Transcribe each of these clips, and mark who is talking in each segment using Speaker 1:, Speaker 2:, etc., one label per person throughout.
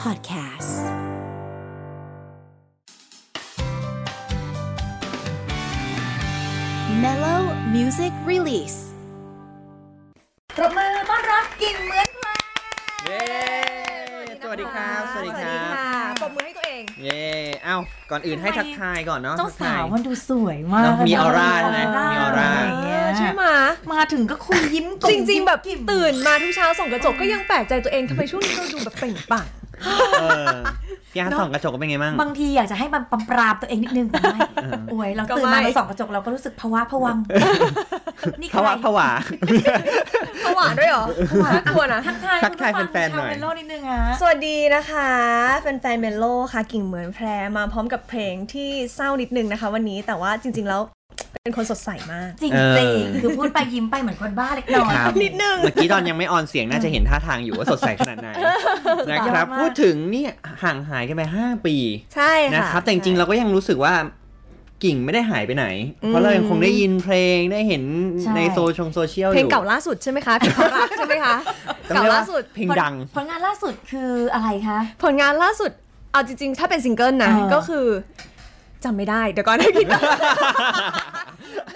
Speaker 1: Podcast Mellow Music Release
Speaker 2: ปรบมือต้อนรับกินเหมือนเพลง
Speaker 3: เย้ สวัสดีครับ สวัสดีครับ
Speaker 2: ปรบมือให้ตัวเอง
Speaker 3: เย้ เอ้า ก่อนอื่นให้ทักทายก่อนเนาะ
Speaker 4: เจ้าสาว
Speaker 3: ทักทย
Speaker 4: มันดูสวยมาก
Speaker 3: เนอะมีออร่า
Speaker 4: นะ
Speaker 3: ใช่ไหมมีออร่า
Speaker 4: ะไย่งเงี้ย
Speaker 2: ใช่ไหม
Speaker 4: มาถึงก็คุยยิ้มกลุ่ม
Speaker 2: จริง ๆ แบบ
Speaker 4: ยิ้ม
Speaker 2: ตื่นมาทุกเช้าส่องกระจกก็ยังแปลกใจตัวเองทำไมช่วงนี้เราดูแบบเปล่งปลั่ง
Speaker 3: เออพี่อาร์ตส่องกระจกเป็นไงมั่ง
Speaker 4: บางทีอยากจะให้มันปรำปรามตัวเองนิดนึงแต่ไม่โอ้ยเราตื่นมาเราส่องกระจกเราก็รู้สึกภาวะผวังนี่
Speaker 3: ภาวะ
Speaker 4: ใคร
Speaker 3: ผวา
Speaker 2: ผวาด้วยเหรอน่ากลัวนะ
Speaker 4: ทักทาย
Speaker 3: ทักทาย
Speaker 4: คุณผู้ฟัง
Speaker 3: แฟนๆหน่อย
Speaker 4: ชาวเมโลนิดนึงอ่ะ
Speaker 2: สวัสดีนะคะแฟนๆเมนโลค่ะ กิ่งเหมือนแพรมาพร้อมกับเพลงที่เศร้านิดนึงนะคะ วันนี้แต่ว่าจริง ๆ แล้วเป็นคนสดใสมาก
Speaker 4: จริงจ
Speaker 3: เอ
Speaker 4: ริ
Speaker 3: อ
Speaker 4: งคือพูดไปยิ้มไปเหมือนคนบ้าเล็กน้อย
Speaker 3: ครับ
Speaker 2: นิดนึง
Speaker 3: เมื่อกี้ตอนยังไม่ออนเสียงน่าจะเห็นท่าทางอยู่ว่าสดใสขนาดไหนนะครับ
Speaker 4: มาก
Speaker 3: พูดถึงเนี่ยห่างหายกันไป 5 ปี
Speaker 2: ใช่
Speaker 3: นะ
Speaker 2: ค่ะ
Speaker 3: ครับ แต่จริงๆเราก็ยังรู้สึกว่ากิ่งไม่ได้หายไปไหน
Speaker 2: อืม
Speaker 3: เพราะเรายังคงได้ยินเพลงได้เห็น
Speaker 4: ใช่
Speaker 3: ในโซชงโซเชียลอ
Speaker 2: เพลง
Speaker 3: ยู่
Speaker 2: เก่าล่าสุดใช่ไหมคะเพลงเก่ารักใช่ไหมคะ
Speaker 3: ต้อง
Speaker 2: เก่า
Speaker 3: รียว่
Speaker 2: ล่าสุด
Speaker 3: เพลงดัง
Speaker 4: ผลงานล่าสุดคืออะไรคะ
Speaker 2: ผลงานล่าสุด เอาจริง ๆ ถ้าเป็นซิงเกิลนะ
Speaker 4: เออ
Speaker 2: ก็คือจำไม่ได้ เดี๋ยวก่อน ให้คิดก่อน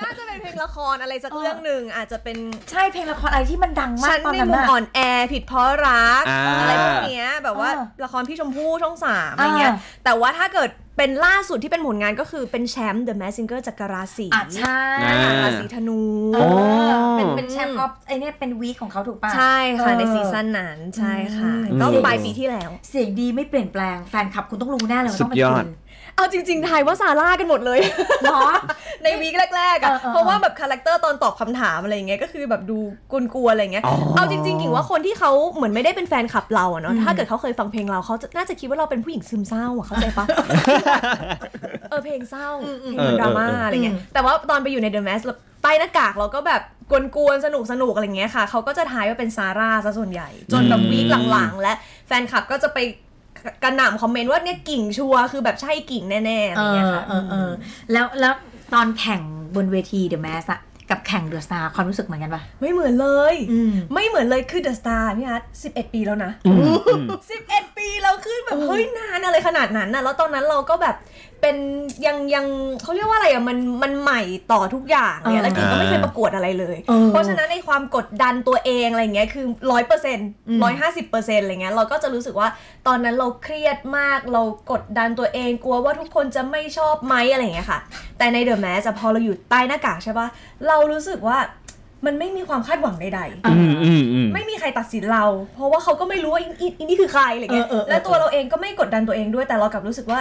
Speaker 2: น่าจะเป็นเพลงละครอะไรสักเรื่องหนึ่ง อาจจะเป็น
Speaker 4: ใช่เพลงละครอะไรที่มันดังมา
Speaker 2: ฉั
Speaker 4: ก
Speaker 2: น
Speaker 4: ตอน
Speaker 2: ใน
Speaker 4: นั้น
Speaker 2: มุม
Speaker 4: น่ะ
Speaker 2: อ่อนแอผิดเพราะรัก
Speaker 3: อ่า
Speaker 2: อะไรพวกเนี้ยแบบว่า
Speaker 4: เออ
Speaker 2: ละครพี่ชมพู่ช่องสามอะไรเงี้ย
Speaker 4: อ่า
Speaker 2: แต่ว่าถ้าเกิดเป็นล่าสุดที่เป็นผลงานก็คือเป็นแชมป์ The Mask Singer จากกราศี
Speaker 4: อ่ะใช่
Speaker 3: อ่า
Speaker 2: ราศีธนู
Speaker 4: เออเป็น
Speaker 3: โอ้
Speaker 4: เป็นแชมป์ออฟไอเนี่ยเป็นวีคของเขาถูกปะ
Speaker 2: ใช่ค่ะใน
Speaker 4: เออ
Speaker 2: ซีซั่นนั้นใช่ค่ะ
Speaker 4: อืม
Speaker 2: ก็ปลายปีที่แล้ว
Speaker 4: เสียงดีไม่เปลี่ยนแปลงแฟนคลับคุณต้องรู้แน่เลยว่า
Speaker 3: สุ
Speaker 4: ต้อง
Speaker 3: ด
Speaker 4: เป็น
Speaker 3: ยอ
Speaker 4: คุ
Speaker 3: ด
Speaker 4: ณ
Speaker 2: เอาจริง ๆ ทายว่าซาร่ากันหมดเลย
Speaker 4: เนาะ
Speaker 2: ในวีคแรกๆอะ
Speaker 4: เออเออ
Speaker 2: เพราะว่าแบบคาแรคเตอร์ตอนตอบคำถามอะไรอย่างเงี้ยก็คือแบบดูกลัวๆอะไรอย่างเงี้ย
Speaker 3: อ๋อ
Speaker 2: เอาจริงๆกิ่งว่าคนที่เขาเหมือนไม่ได้เป็นแฟนคลับเราอะเนาะ ถ้าเกิดเขาเคยฟังเพลงเราเขาจะน่าจะคิดว่าเราเป็นผู้หญิงซึมเศร้าอะเข้าใจปะ เออเพลงเศร้าเพลงมันดราม่าอะไรเงี้ย แต่ว่าตอนไปอยู่ใน The Mask แล้วใต้หน้ากากเราก็แบบกวนๆสนุกสนุกๆอะไรเงี้ยค่ะเขาก็จะทายว่าเป็นซาร่าซะส่วนใหญ่ จนแบบวีคหลังๆ และแฟนคลับก็จะไปกระหน่ำคอมเมนต์ว่าเนี่ยกิ่งชัวร์คือแบบใช่กิ่งแน่ๆอะไร
Speaker 4: เอ
Speaker 2: เงี้ย
Speaker 4: อ
Speaker 2: ค่ะ
Speaker 4: เออเออแล้วแล้วตอนแข่งบนเวทีเดอะแมสอะกับแข่งเดอะสตาร์ความรู้สึกเหมือนกันปะ
Speaker 2: ไม่เหมือนเลย
Speaker 4: อืม
Speaker 2: ไม่เหมือนเลยคือเดอะสตาร์พี่อาร์ต11 ปีแล้วนะ
Speaker 3: อืมอืม
Speaker 2: 11 ปีเราขึ้นแบบ เฮ้ย นานอะไรขนาดนั้นนะแล้วตอนนั้นเราก็แบบเป็นยังยังเขาเรียกว่าอะไรอ่ะ มันมันใหม่ต่อทุกอย่างเนี่ย
Speaker 4: เออ
Speaker 2: แล้วกิงก็ไม่เคย
Speaker 3: อ่า
Speaker 2: ประกวดอะไรเลย
Speaker 4: เออ
Speaker 2: เพราะฉะนั้นในความกดดันตัวเองอะไรเงี้ยคือร้อยเปอร์เซ็นต์
Speaker 4: อืม
Speaker 2: ร้อยห้าสิบเปอร์เซ็นต์อะไรเงี้ยเราก็จะรู้สึกว่าตอนนั้นเราเครียดมากเรากดดันตัวเองกลัวว่าทุกคนจะไม่ชอบไหมอะไรเงี้ยค่ะ แต่ในเดอะแมสพอเราอยู่ใต้หน้ากากใช่ปะเรารู้สึกว่ามันไม่มีความคาดหวังใดๆ
Speaker 3: อืมอืมอืม
Speaker 2: ไม่มีใครตัดสินเรา เพราะว่าเขาก็ไม่รู้ว่าอินอินอินนี่คือใครอะไรเงี้ย
Speaker 4: เออเออเออ
Speaker 2: และตัวเราเองก็ไม่กดดันตัวเองด้วยแต่เรากลับรู้สึกว่า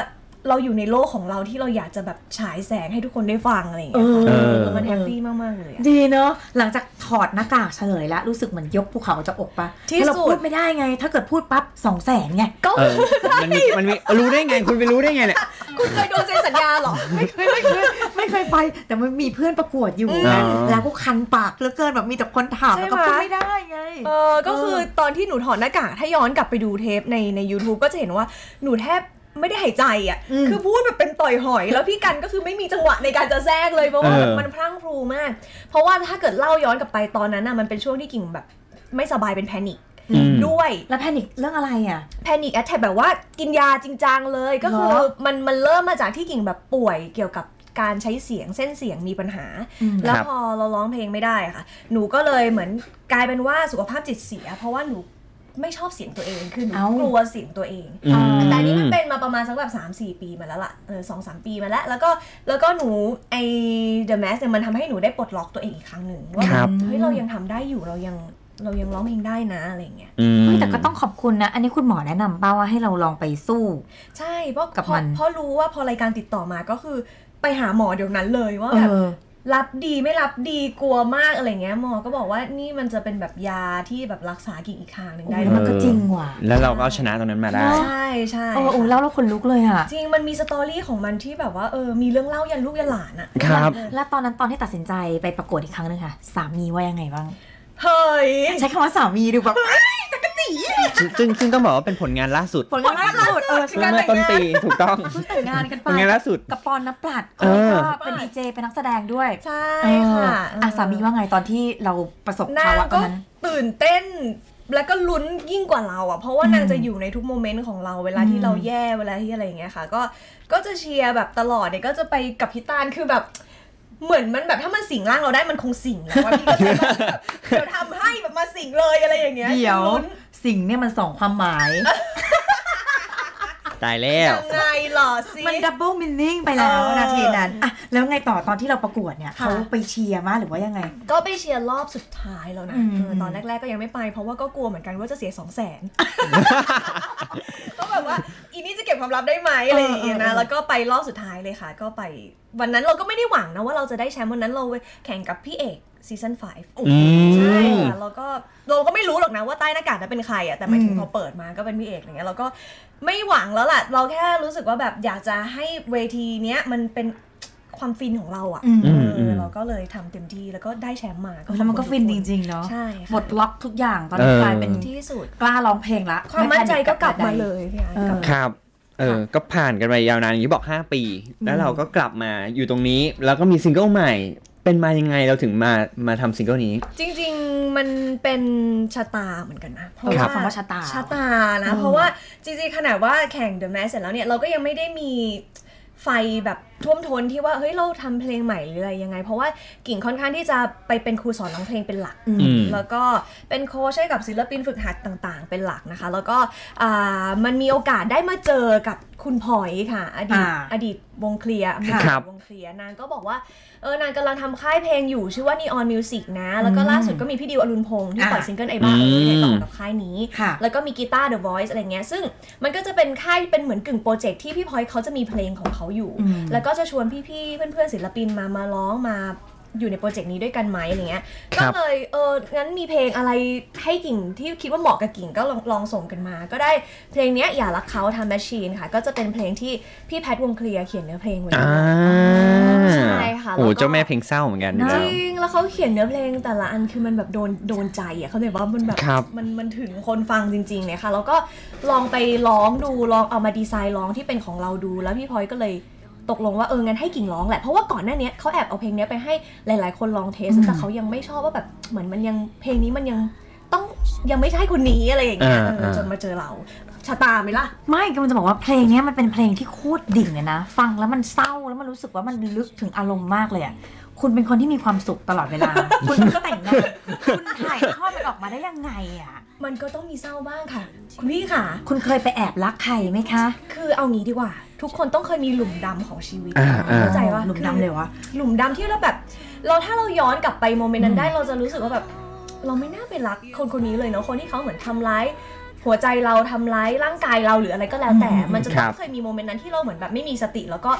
Speaker 2: เราอยู่ในโลกของเราที่เราอยากจะแบบฉายแสงให้ทุกคนได้ฟังอะไรอย่าง
Speaker 4: เอ
Speaker 2: เงี้
Speaker 4: อ
Speaker 3: เอ
Speaker 2: ยเอ
Speaker 3: อ
Speaker 2: อมันแฮปปี้มากๆเลยอะ
Speaker 4: ดีเนาะหลังจากถอดหน้ากากเฉลยแล้วรู้สึกเหมือนยกภูเขาจากอกปะ
Speaker 2: ที่
Speaker 4: เพราะเรา
Speaker 2: สุด
Speaker 4: พูดไม่ได้ไง ถ้าเกิดพูดปั๊บสองแสนไง
Speaker 2: ก็
Speaker 3: เออมันมีมันมีรู้ได้ไง คุณไปรู้ได้ไงเนี่ย
Speaker 2: คุณเคยโดนเซ็นสัญญาเหรอ
Speaker 4: ไม่เคยไม่เคยไม่เคยไป แต่มันมีเพื่อนประกวดอยู่
Speaker 3: อ๋
Speaker 4: นะ
Speaker 3: อ
Speaker 4: แล้วก็คันปากเหลือเกินแบบมีแต่คนถาม
Speaker 2: ใช่
Speaker 4: แล้ว
Speaker 2: ไห
Speaker 4: ก็
Speaker 2: ม
Speaker 4: พูดไม่ได้ไง
Speaker 2: เออก็คือตอนที่หนูถอดหน้ากากถ้าย้อนกลับไปดูเทปในใน u t u b e ก็จะเห็นว่าหนูแทบไม่ได้หายใจอ่ะ
Speaker 4: อืม
Speaker 2: คือพูดแบบเป็นต่อยหอย แล้วพี่กันก็คือไม่มีจังหวะในการจะแทรกเลยเพราะว่า
Speaker 3: เออ
Speaker 2: แบบมันพรั่งพรูมาก เพราะว่าถ้าเกิดเล่าย้อนกลับไปตอนนั้นน่ะมันเป็นช่วงที่กิ่งแบบไม่สบายเป็นแพนิค
Speaker 3: อืม
Speaker 2: ด้วย
Speaker 4: แล้วแพนิคเรื่องอะไรอ่ะ
Speaker 2: แพนิคแอทแทกแบบว่ากินยาจริงจังเลยก็คือ
Speaker 4: เหรอ
Speaker 2: มันมันเริ่มมาจากที่กิ่งแบบป่วยเกี่ยวกับการใช้เสียงเส้นเสียงมีปัญหา
Speaker 4: อืม
Speaker 2: แล้ว
Speaker 3: ครับ
Speaker 2: พอเราร้องเพลงไม่ได้อะค่ะ หนูก็เลยเหมือนกลายเป็นว่าสุขภาพจิตเสีย เพราะว่าหนูไม่ชอบเสียงตัวเองคือหนู
Speaker 4: เอ้า
Speaker 2: กลัวเสียงตัวเอง
Speaker 3: อืม
Speaker 2: แต่อันนี้มันเป็นมาประมาณสักแบบ3 4 ปีมาแล้วล่ะเออสองสามปีมาแล้ว แล้วก็แล้วก็หนูไอ้ The Mask เนี่ยมันทำให้หนูได้ปลดล็อกตัวเองอีกครั้งหนึ่งว่า
Speaker 3: ครับ
Speaker 2: เฮ้ยเรายังทำได้อยู่เรายังเรายังร้องเพลงได้นะอะไรอย่างเงี้ย
Speaker 3: อืม
Speaker 4: เฮ้ยแต่ก็ต้องขอบคุณนะ อันนี้คุณหมอแนะนำป่าว่าให้เราลองไปสู้
Speaker 2: ใช่เพราะ
Speaker 4: กับ
Speaker 2: เพราะ
Speaker 4: มัน
Speaker 2: เพราะรู้ว่าพอรายการติดต่อมาก็คือไปหาหมอเดี๋ยวนั้นเลยว่าแบบ
Speaker 4: เออ
Speaker 2: รับดีไม่รับดีกลัวมากอะไรเงี้ยหมอก็บอกว่านี่มันจะเป็นแบบยาที่แบบรักษากิ่งอีกทางหนึ่งได้
Speaker 4: โอ้
Speaker 2: ด้
Speaker 4: โห
Speaker 2: วย
Speaker 4: มันก็จริงว่ะ
Speaker 3: แล้วเราก็เอาชนะตรงนั้นมาได้
Speaker 4: เนอะ
Speaker 2: ใช่ใช่
Speaker 4: เออโอ้แล้วเราขนลุกเลยอ่ะ
Speaker 2: จริงมันมีสตอรี่ของมันที่แบบว่าเออมีเรื่องเล่ายันลูกยันหลานอะ
Speaker 3: ครับ
Speaker 4: แล้วตอนนั้นตอนที่ตัดสินใจไปประกวดอีกครั้งนึงค่ะ สามีว่ายังไงบ้าง
Speaker 2: เฮ้ย
Speaker 4: ใช้คำว่าสามีดูแบบ
Speaker 3: ซึ่งซึ่งซึ่งต้องบอกว่าเป็นผลงานล่าสุด
Speaker 4: ผลงานล่าสุด เออ
Speaker 3: เมื่อต้นปีถูกต้อง
Speaker 4: แต่งงานกันไป
Speaker 3: ผลงานล่าสุด
Speaker 4: กับปอนนปลัด
Speaker 3: เออ
Speaker 4: ก็เป็นดีเจเป็นนักแสดงด้วย
Speaker 2: ใช่
Speaker 4: เออ
Speaker 2: ค่ะ
Speaker 4: อ่ะสามีว่าไงตอนที่เราประสบ
Speaker 2: นา
Speaker 4: ภาง วะตอ
Speaker 2: ก็
Speaker 4: นนั้น
Speaker 2: ตื่นเต้น แล้วก็ลุ้นยิ่งกว่าเราอ่ะ เพราะว่า
Speaker 4: อืม
Speaker 2: นางจะอยู่ในทุกโมเมนต์ของเราเวลาที่
Speaker 4: อืม
Speaker 2: เราแย่เวลาที่อะไรอย่างเงี้ยค่ะ ก็ก็จะเชียร์แบบตลอดเนี่ยก็จะไปกับพี่ตาลคือแบบ เหมือนมันแบบถ้ามันสิงร่างเราได้มันคงสิงแหล้วพี่ก็จะแบบ เดี๋ยวทำให้แบบมาสิงเลยอะไรอย่างเงี้ย
Speaker 4: เดี๋ยว
Speaker 2: ลุ้น
Speaker 4: สิ่งเนี่ยมันสองความหมาย
Speaker 3: ตายแล้ว
Speaker 2: ยังไงเหรอสิ
Speaker 4: มันดับเบิลมินนิ่งไปแล้ว
Speaker 2: เออ
Speaker 4: นาทีนั้นอะแล้วไงต่อตอนที่เราประกวดเนี่ย
Speaker 2: ค่ะ
Speaker 4: เขาไปเชียร์มาหรือว่ายังไง
Speaker 2: ก็ไปเชียร์รอบสุดท้ายแล้วนะ
Speaker 4: อืม
Speaker 2: เออตอนแรก ๆ ก็ยังไม่ไป เพราะว่าก็กลัวเหมือนกันว่าจะเสียสองแส นก็แบบว่าอีนี่จะเก็บความลับได้ไหมอะไรอย่างเงี้ยนะแล้วก็ไปรอบสุดท้ายเลยค่ะ ก็ไปวันนั้นเราก็ไม่ได้หวังนะว่าเราจะได้แชมป์วันนั้นเราแข่งกับพี่เอกซีซั่น
Speaker 3: อื
Speaker 2: 5ใช่
Speaker 3: ม
Speaker 2: ค่ะเราก็เราก็ไม่รู้หรอกนะว่าใต้หน้ากากนั้นเป็นใครอ่ะแต่หมายถึง
Speaker 4: อืม
Speaker 2: พอเปิดมาก็เป็นพี่เอกอะไรเงี้ยเราก็ไม่หวังแล้วล่ะเราแค่รู้สึกว่าแบบอยากจะให้เวทีเนี้ยมันเป็นความฟินของเราอ่ะ
Speaker 4: อืม
Speaker 3: อืม
Speaker 2: เออเราก็เลยทำเต็มที่แล้วก็ได้แชมป์มา
Speaker 4: เออแล้วมันก็
Speaker 2: ขอบ
Speaker 4: ฟิ
Speaker 2: คุ
Speaker 4: น
Speaker 2: ณ
Speaker 4: จ
Speaker 2: ทุกค
Speaker 4: ริง ๆ เนาะ
Speaker 2: ใช่ค่ะ
Speaker 4: หมดล็อกทุกอย่างตอนนี้
Speaker 3: เออ
Speaker 4: กลายเป็นที่
Speaker 2: ที่สุด
Speaker 4: กล้าร้องเพลงละ
Speaker 2: ความมั่นใจก็กลับ
Speaker 4: ไแพ
Speaker 2: มา
Speaker 4: นิค
Speaker 2: เลยพี่ไอ้
Speaker 4: เออ
Speaker 2: กลับมา
Speaker 3: ครับ เออ ก็ผ่านกันไปยาวนานอย่างที่บอก 5 ปี แล้วเราก็กลับมาอยู่ตรงนี้ แล้วก็มีซิงเกิลใหม่ เป็นมายังไงเราถึงมา มาทำซิงเกิลนี้
Speaker 2: จริงๆ มันเป็นชะตาเหมือนกันนะ เพราะ
Speaker 4: ครับ
Speaker 2: ว่า
Speaker 4: คำว่าชะตา
Speaker 2: ชะตานะ
Speaker 4: อืม
Speaker 2: เพราะว่าจริงๆ ขนาดว่าแข่ง The Mask เสร็จแล้วเนี่ย เราก็ยังไม่ได้มีไฟแบบท่วมท้นที่ว่า เฮ้ย เราทำเพลงใหม่หรืออะไรยังไง เพราะว่ากิ่งค่อนข้างที่จะไปเป็นครูสอนร้องเพลงเป็นหลัก
Speaker 4: อื
Speaker 3: ม
Speaker 2: แล้วก็เป็นโค้ชให้กับศิลปินฝึกหัดต่างๆ เป็นหลักนะคะ แล้วก็อ่ามันมีโอกาสได้มาเจอกับคุณพลอยค่ะ อดีต
Speaker 4: อ่า
Speaker 2: อดีตวงเคลียร์มือ
Speaker 3: ครับ
Speaker 2: วงเคลียร์นางก็บอกว่า เออนางกำลังทำค่ายเพลงอยู่ชื่อว่า Neon Music นะ แล้วก็ล่าสุดก็มีพี่ดิวอรุณพงษ์ที่ปล่อย
Speaker 4: อ่า
Speaker 2: ซิงเกิลไอ้บ้าเออเนี่ยต่อกับค่ายนี้
Speaker 4: ค่ะ
Speaker 2: แล้วก็มีกีตาร์ The Voice อะไรเงี้ย ซึ่งมันก็จะเป็นค่ายเป็นเหมือนกึ่งโปรเจกต์ที่พี่พลอยเขาจะมีเพลงของเขาอยู่
Speaker 4: อืม
Speaker 2: แล้วก็จะชวนพี่ๆ เพื่อนๆ ศิลปินมามาร้องมาอยู่ในโปรเจกต์นี้ด้วยกันไหมอะไรเงี้ย
Speaker 3: ครั
Speaker 2: ก็
Speaker 3: บ
Speaker 2: เลยเอองั้นมีเพลงอะไรให้กิ่งที่คิดว่าเหมาะกับกิ่งก็ลองลองส่งกันมา ก็ได้เพลงเนี้ยอย่ารักเขาทำแมชชีนค่ะ ก็จะเป็นเพลงที่พี่แพทวงเคลียร์เขียนเนื้อเพลงไว้ด้
Speaker 3: อ่า
Speaker 2: วย ใช่ค่ะแล้วก็
Speaker 3: โอ้เจ้าแม่เพลงเศร้าเหมือนกันอยู่
Speaker 2: จ
Speaker 3: แล้ว
Speaker 2: ริง แล้วเขาเขียนเนื้อเพลงแต่ละอันคือมันแบบโดนโดนใจอ่ะเขาเลยว่ามันแบบ
Speaker 3: ครับ
Speaker 2: มันมันถึงคนฟังจริงๆเลยค่ะ แล้วก็ลองไปร้องดูลองเอามาดีไซน์ร้องที่เป็นของเราดู แล้วพี่พลอยก็เลยตกลงว่าเอองั้นให้กิ่งร้องแหละ เพราะว่าก่อนหน้าเนี้ยเขาแอบเอาเพลงเนี้ยไปให้หลายๆ คนลองเทส
Speaker 4: อืม
Speaker 2: แต่เขายังไม่ชอบว่าแบบเหมือนมันยังเพลงนี้มันยังต้องยังไม่ใช่คนนี้อะไรอย่างเงี้ย
Speaker 3: อ่า
Speaker 2: เออ
Speaker 3: อ่า
Speaker 2: จนมาเจอเราชะตาไหมล่ะ
Speaker 4: ไม่กำลังจะบอกว่าเพลงเนี้ยมันเป็นเพลงที่โคตรดิ่งเลยนะ ฟังแล้วมันเศร้าแล้วมันรู้สึกว่ามันลึกถึงอารมณ์มากเลยอ่ะคุณเป็นคนที่มีความสุขตลอดเว ลา คุณก็แต่งงานคุณถ่ายทอดมันออกมาได้ยังไงอ่ะ
Speaker 2: มันก็ต้องมีเศร้าบ้างค่ะคุณพี่ค่ะ
Speaker 4: คุณเคยไปแอบรักใครไหมคะ
Speaker 2: คือเอางี้ดีกว่า ทุกคนต้องเคยมีหลุมดำของชีวิต
Speaker 3: อ่าอ่า
Speaker 2: เข้าใจว่า
Speaker 4: หลุมดำเลยวะ
Speaker 2: หลุมดำที่เราแบบ เราถ้าเราย้อนกลับไปโมเมนต์นั้
Speaker 4: อื
Speaker 2: น
Speaker 4: ม
Speaker 2: ได้เราจะรู้สึกว่าแบบ เราไม่น่าไปรักคนคนนี้เลยเนาะคนที่เขาเหมือนทำร้าย หัวใจเราทำร้ายร่างกายเราหรืออะไรก็แล้วแต่ มันจะ
Speaker 3: ค
Speaker 2: ต้
Speaker 3: รั
Speaker 2: อบ งเคยมีโมเมนต์นั้นที่เราเหมือนแบบไม่มีสติ แล้วก็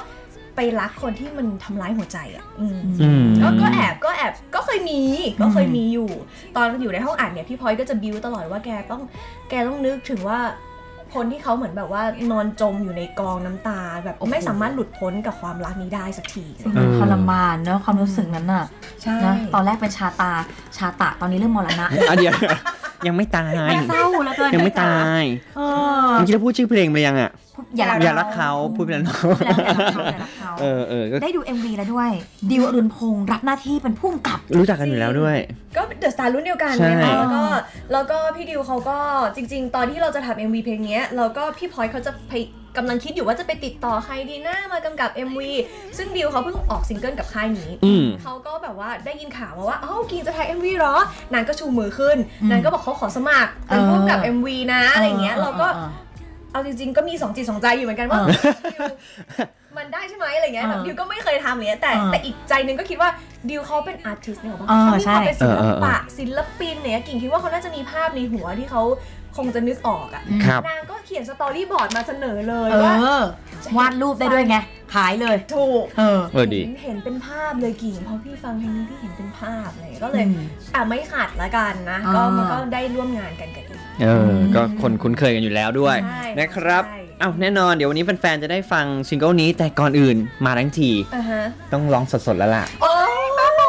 Speaker 2: ไปรักคนที่มันทำร้ายหัวใจอ่ะอืม
Speaker 3: อืม
Speaker 2: ก็ก็แอบก็แอบก็เคยมีก็เคยมีอยู่ ตอนอยู่ในห้องอ่านเนี่ยพี่พลอยก็จะบิวตลอดว่าแกต้องแกต้องนึกถึงว่าคนที่เขาเหมือนแบบว่านอนจมอยู่ในกองน้ำตา แบบไม่สามารถหลุดพ้นกับความรักนี้ได้สักที
Speaker 4: ซึ่งมันทรมานเนอะความรู้สึกนั้นน่ะ
Speaker 2: ใช่
Speaker 4: นะตอนแรกเป็นชาตาชาตะตอนนี้เริ่มมรณะ
Speaker 3: อ่ะเดี๋ยวยังไม่ตาย
Speaker 4: มันเศร้าแล้วเกิน
Speaker 3: ยังไม่ตาย
Speaker 4: เออ
Speaker 3: เมื่อกี้เราพูดชื่อเพลงไปยังอ่ะ
Speaker 4: อย่ารัก
Speaker 3: อย่ารักเขาพูดไปแล้วเนอะ
Speaker 4: แล้วอย่ารักเขาอย่ารักเขา
Speaker 3: เออเออก็
Speaker 4: ได้ดู MV แล้วด้วยดิวอรุณพงษ์รับหน้าที่เป็นผู้กำกับ
Speaker 3: รู้จักกันอยู่แล้วด้วย
Speaker 2: ก็เดอะสตาร์รุ่นเดียวกัน
Speaker 3: ใช่
Speaker 2: นะคะแล้วก็แล้วก็พี่ดิวเขาก็จริง ๆ ตอนที่เราจะทำ MV เพลงเนี้ยเราก็พี่พลอยเขาจะพยกำลังคิดอยู่ว่าจะไปติดต่อใครดีนะมากำกับ MV ซึ่งดิวเขาเพิ่งออกซิงเกิลกับค่ายนี้
Speaker 3: อืม
Speaker 2: เขาก็แบบว่าได้ยินข่าวมาว่าอ้าวกิงจะถ่าย MV เหรอ นางก็ชูมือขึ้น
Speaker 4: อืม
Speaker 2: นางก็บอกเขาขอสมัครเป็น
Speaker 4: เออ
Speaker 2: ร่วมกับ MV นะอะไรอย่างเงี้ย เราก็
Speaker 4: ออ
Speaker 2: เอาจริงๆ ก็มีสองจิตสองใจอยู่เหมือนกันว่า
Speaker 4: เออ
Speaker 2: ดิวมันได้ใช่ไหมอะไรเงี้ยแบบ
Speaker 4: เออ
Speaker 2: ดิวก็ไม่เคยทำเลยนะแต่
Speaker 4: เออ
Speaker 2: แต่อีกใจหนึงก็คิดว่าดิวเขาเป็นอาร์ติสเนี่ยหรอปะ
Speaker 4: เออ
Speaker 2: เขามี
Speaker 4: ใช่
Speaker 2: ความเป็นศิล
Speaker 3: เออเอ
Speaker 2: ปะ
Speaker 3: อ
Speaker 2: ศิลปินเนี่ยกิ่งคิดว่าเขาน่าจะมีภาพในหัวที่เขาคงจะนึกออกอ่ะ
Speaker 3: ครับ
Speaker 2: นางก็เขียนสตอรี่บอร์ดมาเสนอเลย
Speaker 4: เอ
Speaker 2: ว่า
Speaker 4: อ วาดรูปได้ด้วยไง ขายเลย
Speaker 2: ถูก
Speaker 4: เออ
Speaker 3: เออดี
Speaker 2: เห็นเห็นเป็นภาพเลยกิ่งเพราะพี่ฟังเพลงนี้พี่เห็นเป็นภาพเลยก็เลย
Speaker 4: อืม
Speaker 2: อ่ะไม่ขาดละกันนะ ก็
Speaker 4: อ่ามั
Speaker 2: มันก็ได้ร่วมงานกันกับอีก
Speaker 3: เอออ
Speaker 4: ม
Speaker 3: ก็คนคุ้นเคยกันอยู่แล้วด้วย
Speaker 2: ใช่
Speaker 3: นะครับ
Speaker 2: ใช่
Speaker 3: อ้าวแน่นอนเดี๋ยววันนี้แฟนๆจะได้ฟังซิงเกิลนี้แต่ก่อนอื่นมาทั้งที
Speaker 2: อ่ะฮะ
Speaker 3: ต้องร้องสดๆแล้วล่ะ
Speaker 2: โอ้ยบ้าบอ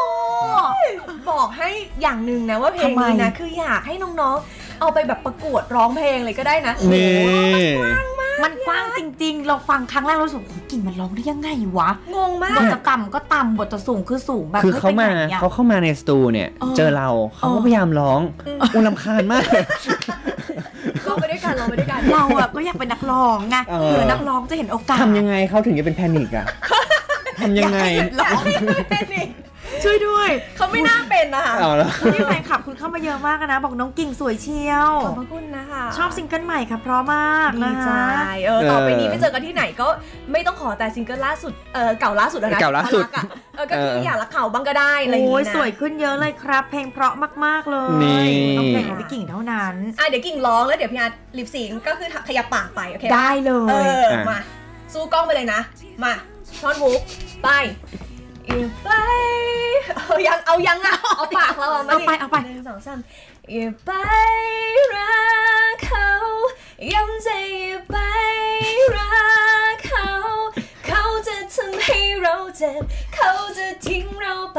Speaker 2: บอกให้อย่างหนึ่งนะว่าเพลงนี้นะ
Speaker 4: ทำไม
Speaker 2: คืออยากให้น้องๆ เอาไปแบบประกวดร้องเพลงเลยก็ได้นะโอ้โห
Speaker 3: นี่
Speaker 2: มันกว้างมา
Speaker 4: มันกว้างจริง ๆ เราฟังครั้งแรกเรารู้สึกโอ้โหกิ่งมันร้องได้ยังไงวะ
Speaker 2: งงมา
Speaker 4: บ
Speaker 2: ก
Speaker 4: ทจะต่ำก็ต่ำบทจะสูงคือสูงแบบ
Speaker 3: คือเขามา
Speaker 4: ฮ้ยไปไหนอะ
Speaker 3: เขาเข้ามาในสตูเนี่ย
Speaker 4: เออ
Speaker 3: เจอเราเขาก็
Speaker 4: เออ
Speaker 3: พยายามร้องอุลำคาญมาก
Speaker 2: ก็ไปด้วยกันเราไปด้วย กัน
Speaker 4: เราอะก็อยากเป็นนักร้องไง
Speaker 3: เออ
Speaker 4: เผื่อนักร้องจะเห็นโอกาส
Speaker 3: ทำยังไงเขาถึงจะเป็นแพนิก อะทำยังไง
Speaker 4: ร้อง
Speaker 2: เป็นนี่
Speaker 4: ช่วยด้วย
Speaker 2: เขาไม่น่าเป็นนะคะ
Speaker 3: เอาแล้ว
Speaker 4: นี่แฟนคลับคุณเข้ามาเยอะมากนะ บอกน้องกิ่งสวยเชียว
Speaker 2: ขอบพระคุณนะคะ
Speaker 4: ชอบซิงเกิลใหม่ค่ะเพราะมาก
Speaker 2: ดี
Speaker 4: นะ
Speaker 2: ใจ
Speaker 4: คะ
Speaker 2: เออต่อไปนี้
Speaker 3: เออ
Speaker 2: ไปเจอกันที่ไหนก็ไม่ต้องขอแต่ซิงเกิลล่าสุดเออเก่าล่าสุดแล้วนะ
Speaker 3: เก่าล่าสุด
Speaker 2: ที่เขรักอะเออก็คือ
Speaker 3: เออ
Speaker 2: อ
Speaker 3: อ
Speaker 2: ยากรักเขาบ้างก็ได้อะไรอย่าง
Speaker 4: โอ้
Speaker 2: งี้
Speaker 4: ย
Speaker 2: นะ
Speaker 4: สวยขึ้นเยอะเลยครับ เพลงเพราะมากๆเลย
Speaker 3: นี่
Speaker 4: ต้องเพลงของพี่กิ่งเท่านั้น
Speaker 2: อ่ะเดี๋ยวกิ่งร้องแล้วเดี๋ยวพี่อาร์ตลิปสิงก็คือขยับปากไปโอเคปะ
Speaker 4: ได้เล
Speaker 2: เอย อ
Speaker 3: อ่ะ
Speaker 2: มา สู้กล้องไปเลยนะ มาช้อนฮุกไปอินไปเอายังเอายังอ่ะเอาปากเราะมดิ
Speaker 4: เอาไปเอาไป
Speaker 2: หนึ่งสองสามอย่าไปรักเขาย้ำใจอย่าไปรักเขา เขาจะทำให้เราเจ็บ เขาจะทิ้งเราไป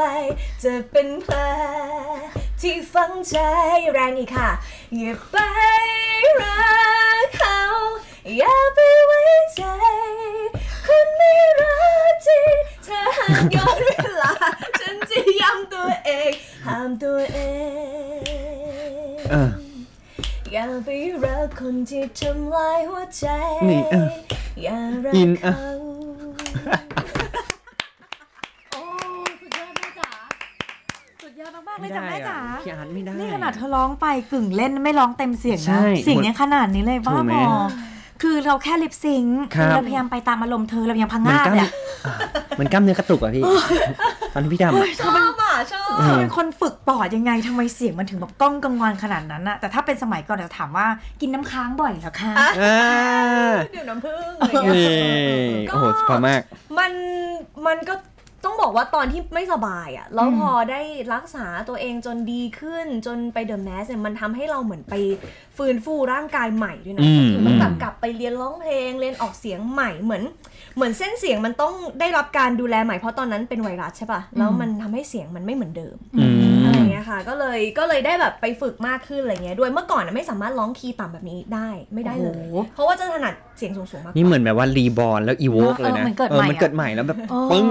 Speaker 2: จะเป็นแผลที่ฝังใจแรงอีกค่ะ อย่าไปรักเขา อย่าไปไว้ใจ คนไม่รักที่เธอหากย้อนเวลา ฉันจะย้ำตัวเอง ห้ามตัวเอง
Speaker 3: เออ
Speaker 2: อย่าไปรักคนที่ทำลายหัวใจ
Speaker 3: นี่เออ
Speaker 2: อย่ารัก
Speaker 3: อิน
Speaker 2: เข
Speaker 3: อ่ะ
Speaker 2: า
Speaker 4: โอ้สุดยอดแม่จ๋าสุดยอดมากๆเลยจ้ะแม่
Speaker 3: ไม่ได้
Speaker 4: จ๋า
Speaker 3: อะพี่อาร์ตไม่ได้
Speaker 4: นี่ขนาดเธอร้องไปกึ่งเล่นไม่ร้องเต็มเสียง
Speaker 3: ใช่
Speaker 4: นะเสียงยังขนาดนี้เลยบ้า
Speaker 3: ถูกไห
Speaker 4: บ
Speaker 3: ม
Speaker 4: อคือเราแค่ลิปซิงค์
Speaker 3: ครับ
Speaker 4: เราพยายามไปตามอารมณ์เธอเรายังพัง
Speaker 3: มัน
Speaker 4: งาด
Speaker 3: กล้าม
Speaker 4: เนี่ย
Speaker 3: เหมันกล้ามเนื้อกระตุกอะพี่ ตอนที่พี่ดำอะ
Speaker 2: ชอบอ่ะชอบ
Speaker 4: เธอเป็นคนฝึกปอดยังไงทำไมเสียงมันถึงแบบก้องกังวานขนาดนั้นอะแต่ถ้าเป็นสมัยก่อนเราถามว่ากินน้ำค้างบ่อยเหรอคะ
Speaker 2: อ่ะ
Speaker 3: อ่า
Speaker 2: ดื่มน้ำผึ้งอะไรอย่าง
Speaker 3: นี่
Speaker 2: เงี้ย
Speaker 3: โอ้โหสุภาพมาก
Speaker 2: มันมันก็ต้องบอกว่าตอนที่ไม่สบายอะ่ะแล้วพอได้รักษาตัวเองจนดีขึ้นจนไปเดอะแมสเนี่ยมันทำให้เราเหมือนไปฟื้นฟูร่างกายใหม่ด้วยนะ
Speaker 3: อืม
Speaker 2: ถึงมันแบบ
Speaker 3: อืม
Speaker 2: กลับไปเรียนร้องเพลงเรียนออกเสียงใหม่เหมือน เหมือนเส้นเสียงมันต้องได้รับการดูแลใหม่เพราะตอนนั้นเป็นไวรัสใช่ปะ่ะแล้วมันทำให้เสียงมันไม่เหมือนเดิม
Speaker 3: อืม
Speaker 2: อะไรเงี้ยค่ะ ก็เลยก็เลยได้แบบไปฝึกมากขึ้นอะไรเงี้ยด้วยเมื่อก่อนนะไม่สามารถร้องคีย์ต่ำแบบนี้ได้ไม่ได้เลย
Speaker 4: โอ้โห
Speaker 2: เพราะว่าจะถนัดเสียงสูงๆมากกว่า
Speaker 3: นี่เหมือนแบบว่ารีบอ n แล้วอีโวก
Speaker 4: เออ
Speaker 3: เลยนะ
Speaker 4: เหมือนเกิดใหม่
Speaker 3: มัน
Speaker 4: อะ
Speaker 3: เกิดใหม่แล้วแบบ
Speaker 4: เออ
Speaker 3: ปึ้ง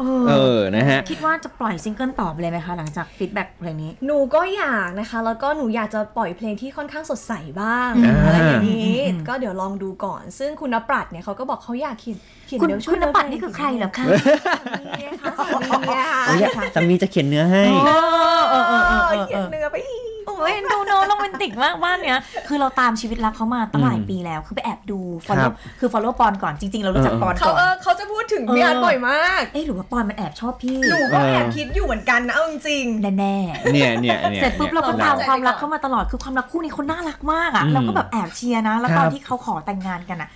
Speaker 4: เอ
Speaker 3: เอ
Speaker 4: อ
Speaker 3: อ นะฮะ
Speaker 4: คิดว่าจะปล่อยซิงเกิลต่อไปเลยไหมคะหลังจากฟีดแบ็กเพลงนี้
Speaker 2: หนูก็อยากนะคะ แล้วก็หนูอยากจะปล่อยเพลงที่ค่อนข้างสดใสบ้าง
Speaker 3: อ่า
Speaker 2: อะไรอย่างนี้
Speaker 4: อืม
Speaker 2: ก็เดี๋ยวลองดูก่อน ซึ่งคุณนปรัตเนี่ยเขาก็บอกเขาอยากเขียนเขียน
Speaker 4: คุณ
Speaker 2: เดี๋ยวช่วย
Speaker 4: คุณนปัดนี่คือใครเหรอคะ
Speaker 2: เนี่ยค่ะสามีอะ
Speaker 3: โอ้ยสามีจะเขียนเนื้อให้
Speaker 4: เออเออเออเออ
Speaker 2: เขี
Speaker 4: เอย
Speaker 2: น
Speaker 4: อ
Speaker 2: เนื้อไปอีก
Speaker 4: โอ้ยเอ็นดูน้องโรแมนติกมากบ้านเนี้ย คือเราตามชีวิตรักเขามาตั้งหลายปีแล้ว คือไปแอบดู
Speaker 3: ครั
Speaker 4: follow
Speaker 3: บ
Speaker 4: คือ follow ปอนก่อนจริง ๆ เรารู้จัก
Speaker 3: เออ
Speaker 4: ปอน
Speaker 2: เขา
Speaker 4: ก่อน
Speaker 2: เออเขาจะพูดถึงพี่อาร์ต
Speaker 4: เออ
Speaker 2: บ่อยมาก
Speaker 4: เอ๊ะหรือว่าปอนมันแอบชอบพี่
Speaker 2: หนูก็แอบคิดอยู่เหมือนกันนะเอาจริง
Speaker 4: แน่แน่
Speaker 3: เนี่ยเนี่ยเนี่ย
Speaker 4: เสร็จปุ๊บเราก็
Speaker 3: นี่ย
Speaker 4: ตาม
Speaker 2: เรา
Speaker 4: ความรักเข้ามาตลอดคือความรักคู่นี้เขาน่ารักมากอ่ะ
Speaker 3: อืม
Speaker 4: เราก็แบบแอบเชียร์นะ แล้วตอน
Speaker 3: ครับ
Speaker 4: ที่เขาขอแต่งงานกันอ่ะ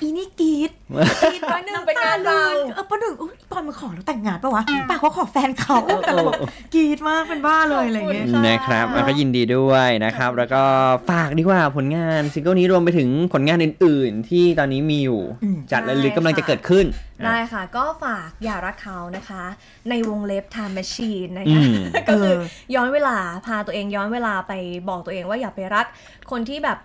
Speaker 4: อีนี่กรีดกรีด
Speaker 2: ปอนหนึ่งเป็นงานเรา
Speaker 4: เออปอนหนึ่งอุ๊ยปอนมาขอแล้วแต่งงานปะวะปากเขาขอแฟนเขาแต่เราแบบกรีดมากเป็นบ้าเลยอะไรอย่างเงี้ย
Speaker 3: นะครับอ่ะก็ยินดีด้วยนะครับ แล้วก็ฝากดีกว่าผลงานซิงเกิลนี้รวมไปถึงผลงานอื่น ๆ ที่ตอนนี้มีอยู่
Speaker 4: อืม
Speaker 3: จัดและ
Speaker 2: ได้
Speaker 3: หรือกำลัง
Speaker 2: ค่ะ
Speaker 3: จะเกิดขึ้น
Speaker 2: ได้ค่ะ ก็ฝากอย่ารักเขานะคะ ในวงเล็บ time machine นะ
Speaker 3: อื
Speaker 2: คะ
Speaker 3: ม
Speaker 2: ก็คือ
Speaker 4: เออ
Speaker 2: ย้อนเวลาพาตัวเองย้อนเวลาไปบอกตัวเองว่าอย่าไปรักคนที่แบบ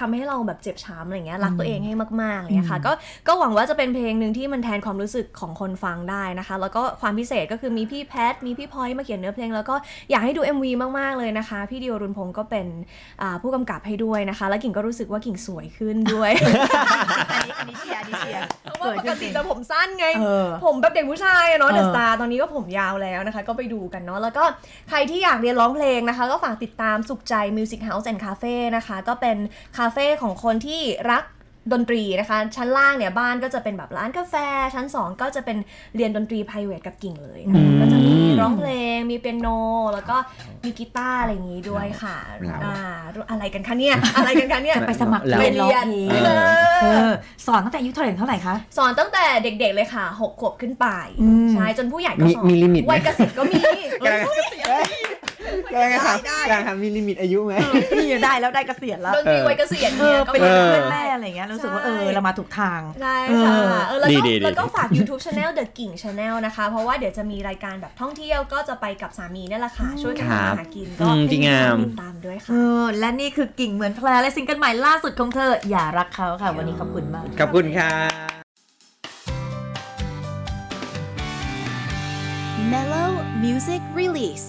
Speaker 2: ทำให้เราแบบเจ็บช้ำอะไรเงี้ยรักตัวเองให้มากๆอะไรเงี้ยค่ะก็ก็หวังว่าจะเป็นเพลงหนึ่งที่มันแทนความรู้สึกของคนฟังได้นะคะ แล้วก็ความพิเศษก็คือมีพี่แพท มีพี่พลอยมาเขียนเนื้อเพลง แล้วก็อยากให้ดู MV มากๆเลยนะคะ พี่ดิวอรุณพงศ์ก็เป็นอ่าผู้กำกับให้ด้วยนะคะ แล้วกิ่งก็รู้สึกว่ากิ่งสวยขึ้นด้วย
Speaker 4: อันนี้อันนี้เชียร์อันนี้เชียร์
Speaker 2: เพราะว่าป
Speaker 4: สวย
Speaker 2: ก
Speaker 4: จ
Speaker 2: ติ
Speaker 4: ริงๆ
Speaker 2: จะผมสั้นไง
Speaker 4: เออ
Speaker 2: ผมแบบเด็กผู้ชายอะเนาะ
Speaker 4: เออ
Speaker 2: เดอะสตาร์ตอนนี้ก็ผมยาวแล้วนะคะ ก็ไปดูกันเนาะแล้วก็ใครที่อยากเรียนร้องเพลงนะคะ ก็ฝากติดตามสุขใจ Music House and Cafe นะคะ ก็เป็นคาเฟ่ของคนที่รักดนตรีนะคะ ชั้นล่างเนี่ยบ้านก็จะเป็นแบบร้านกาแฟ ชั้น 2 ก็จะเป็นเรียนดนตรี p r i v a t e กับกิ่งเลยนะ
Speaker 3: อื
Speaker 2: คะ
Speaker 3: ม
Speaker 2: ก็จะมีร้องเพลงมีเปียโน แล้วก็มีกีตาร์อะไรอย่างนี้ด้วยค่ะ
Speaker 3: เรา
Speaker 2: อ่าอะไรกันคะเนี่ยอะไรกันคะเนี่ย
Speaker 3: จะ
Speaker 4: ไปสมัคร
Speaker 3: เรา
Speaker 4: เรียนร้อง
Speaker 2: น
Speaker 4: เพลง
Speaker 2: เออ
Speaker 4: เออสอนตั้งแต่อายุเท่าไหร่เท่าไหร่คะ
Speaker 2: สอนตั้งแต่เด็กๆเลยค่ะหกขวบขึ้นไป
Speaker 4: อืม
Speaker 2: ใช่ จนผู้ใหญ่ก็
Speaker 3: มี
Speaker 2: สอน
Speaker 3: มีลิมิตไหม
Speaker 2: วัยเกษียณก็มี
Speaker 3: กำลังกำลังถามกำลังถามมีลิมิตอายุไหม
Speaker 4: นี่ได้แล้วได้เกษียณแล้ว
Speaker 2: ดนตรีวัยเกษียณ
Speaker 4: เอ
Speaker 2: เนี่ย
Speaker 4: อ
Speaker 2: ก็
Speaker 4: เป็น
Speaker 2: มา
Speaker 4: เพื่อ
Speaker 3: อ
Speaker 4: นแม่อะไรอย่างเงี้ยรู้สึกว่าเออ
Speaker 2: ใช่
Speaker 4: เรามาถูกทาง
Speaker 2: ใช่ค่ะเออแล้วก็
Speaker 3: ดีๆๆ
Speaker 2: แล้วก็ฝาก YouTube Channel The กิ่ง Channel นะคะ เพราะว่าเดี๋ยวจะมีรายการแบบท่องเที่ยวก็จะไปกับสามีนี่แหละค่ะ ช่วยกันทำมาหากินก็
Speaker 3: อืมดีงาม
Speaker 2: ติดตาม ด้วย
Speaker 4: เอ
Speaker 2: ค่ะ
Speaker 4: อและนี่คือกิ่งเหมือนแพรและซิงเกิลใหม่ล่าสุดของเธอ อย่ารักเขาค่ะ วันนี้ขอบคุณมาก
Speaker 3: ขอบคุณค่ะ
Speaker 1: Mellow Music Release.